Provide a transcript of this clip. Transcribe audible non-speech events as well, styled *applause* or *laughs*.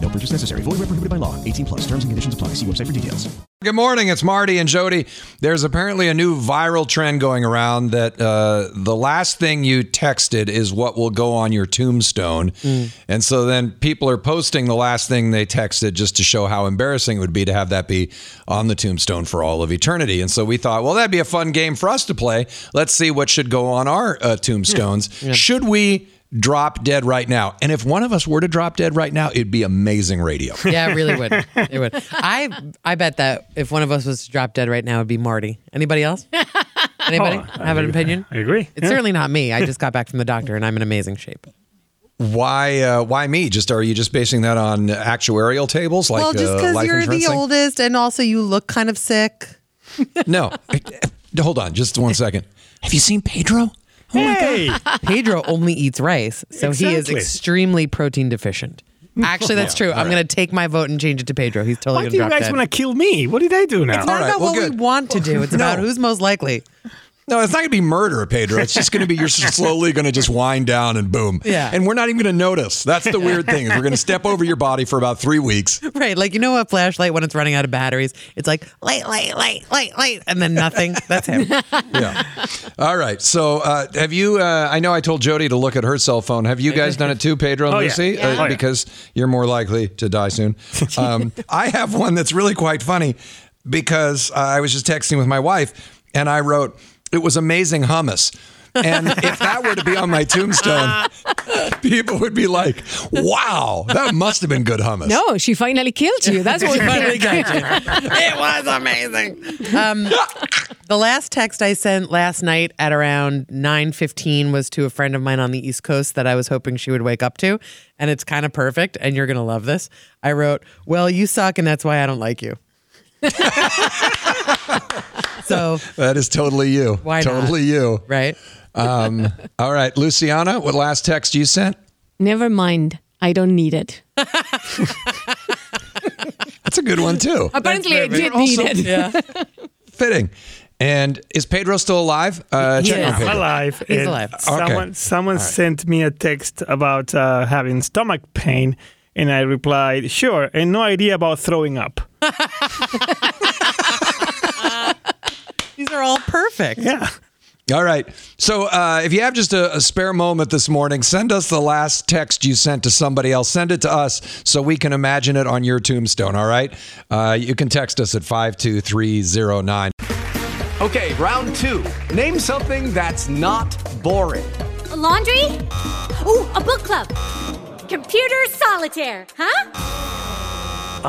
No purchase necessary. Void where prohibited by law. 18 plus. Terms and conditions apply. See website for details. Good morning. It's Marty and Jody. There's apparently a new viral trend going around that uh, the last thing you texted is what will go on your tombstone. And so then people are posting the last thing they texted just to show how embarrassing it would be to have that be on the tombstone for all of eternity. And so we thought, well, that'd be a fun game for us to play. Let's see what should go on our uh, tombstones. Should we? Drop dead right now. And if one of us were to drop dead right now, it'd be amazing radio. Yeah, it really would. It would. I I bet that if one of us was to drop dead right now, it'd be Marty. Anybody else? Anybody have an opinion? Oh, I agree. It's certainly not me. I just got back from the doctor and I'm in amazing shape. Why? Uh, why me? Just are you just basing that on actuarial tables like well, just uh, because life you're insurance the thing? oldest and also you look kind of sick. No, *laughs* hold on, just one second. Have you seen Pedro? *laughs* hey, Pedro only eats rice, so he is Exactly. extremely protein deficient. Actually, that's true. I'm going to take my vote and change it to Pedro. He's totally why going to do you drop guys dead. want to kill me? What did I do now? it's not All right, about well, what we good. want to do. It's about who's most likely. No, it's not going to be murder, Pedro. It's just going to be you're slowly going to just wind down and boom. Yeah. And we're not even going to notice. That's the weird thing. is We're going to step over your body for about three weeks. Right. Like, you know, a flashlight when it's running out of batteries, it's like, light, light, light, light, light, and then *laughs* nothing. That's him. Yeah. All right. So uh, have you? Uh, I know I told Jody to look at her cell phone. Have you guys done it too, Pedro and Oh, yeah. Lucy? Yeah. Uh, Oh, yeah. Because you're more likely to die *laughs* soon. Um, I have one that's really quite funny because uh, I was just texting with my wife and I wrote, "It was amazing hummus." and if that were to be on my tombstone, *laughs* people would be like, "Wow, that must have been good hummus." No, Oh, she finally killed you. *laughs* That's what finally got you. It was amazing. Um, the last text I sent last night at around 9.15 was to a friend of mine on the East Coast that I was hoping she would wake up to. And it's kind of perfect. And you're going to love this. I wrote, well, you suck. And that's why I don't like *laughs* you. so, That is totally you. Why not? totally you. right. Um, all right, Luciana, what last text you sent? Never mind. I don't need it. That's a good one too. Apparently, I did need Also- it. fitting. And is Pedro still alive? Uh, check is. on Pedro. alive. He's and alive. Someone, Okay. someone sent me a text about uh, having stomach pain, and I replied, "Sure," and no idea about throwing up. *laughs* These are all perfect. Yeah. All right. So uh, if you have just a, a spare moment this morning, send us the last text you sent to somebody else. Send it to us so we can imagine it on your tombstone. All right. Uh, you can text us at 52309. Okay, round two. Name something that's not boring. laundry? Ooh, a book club. Computer solitaire, huh?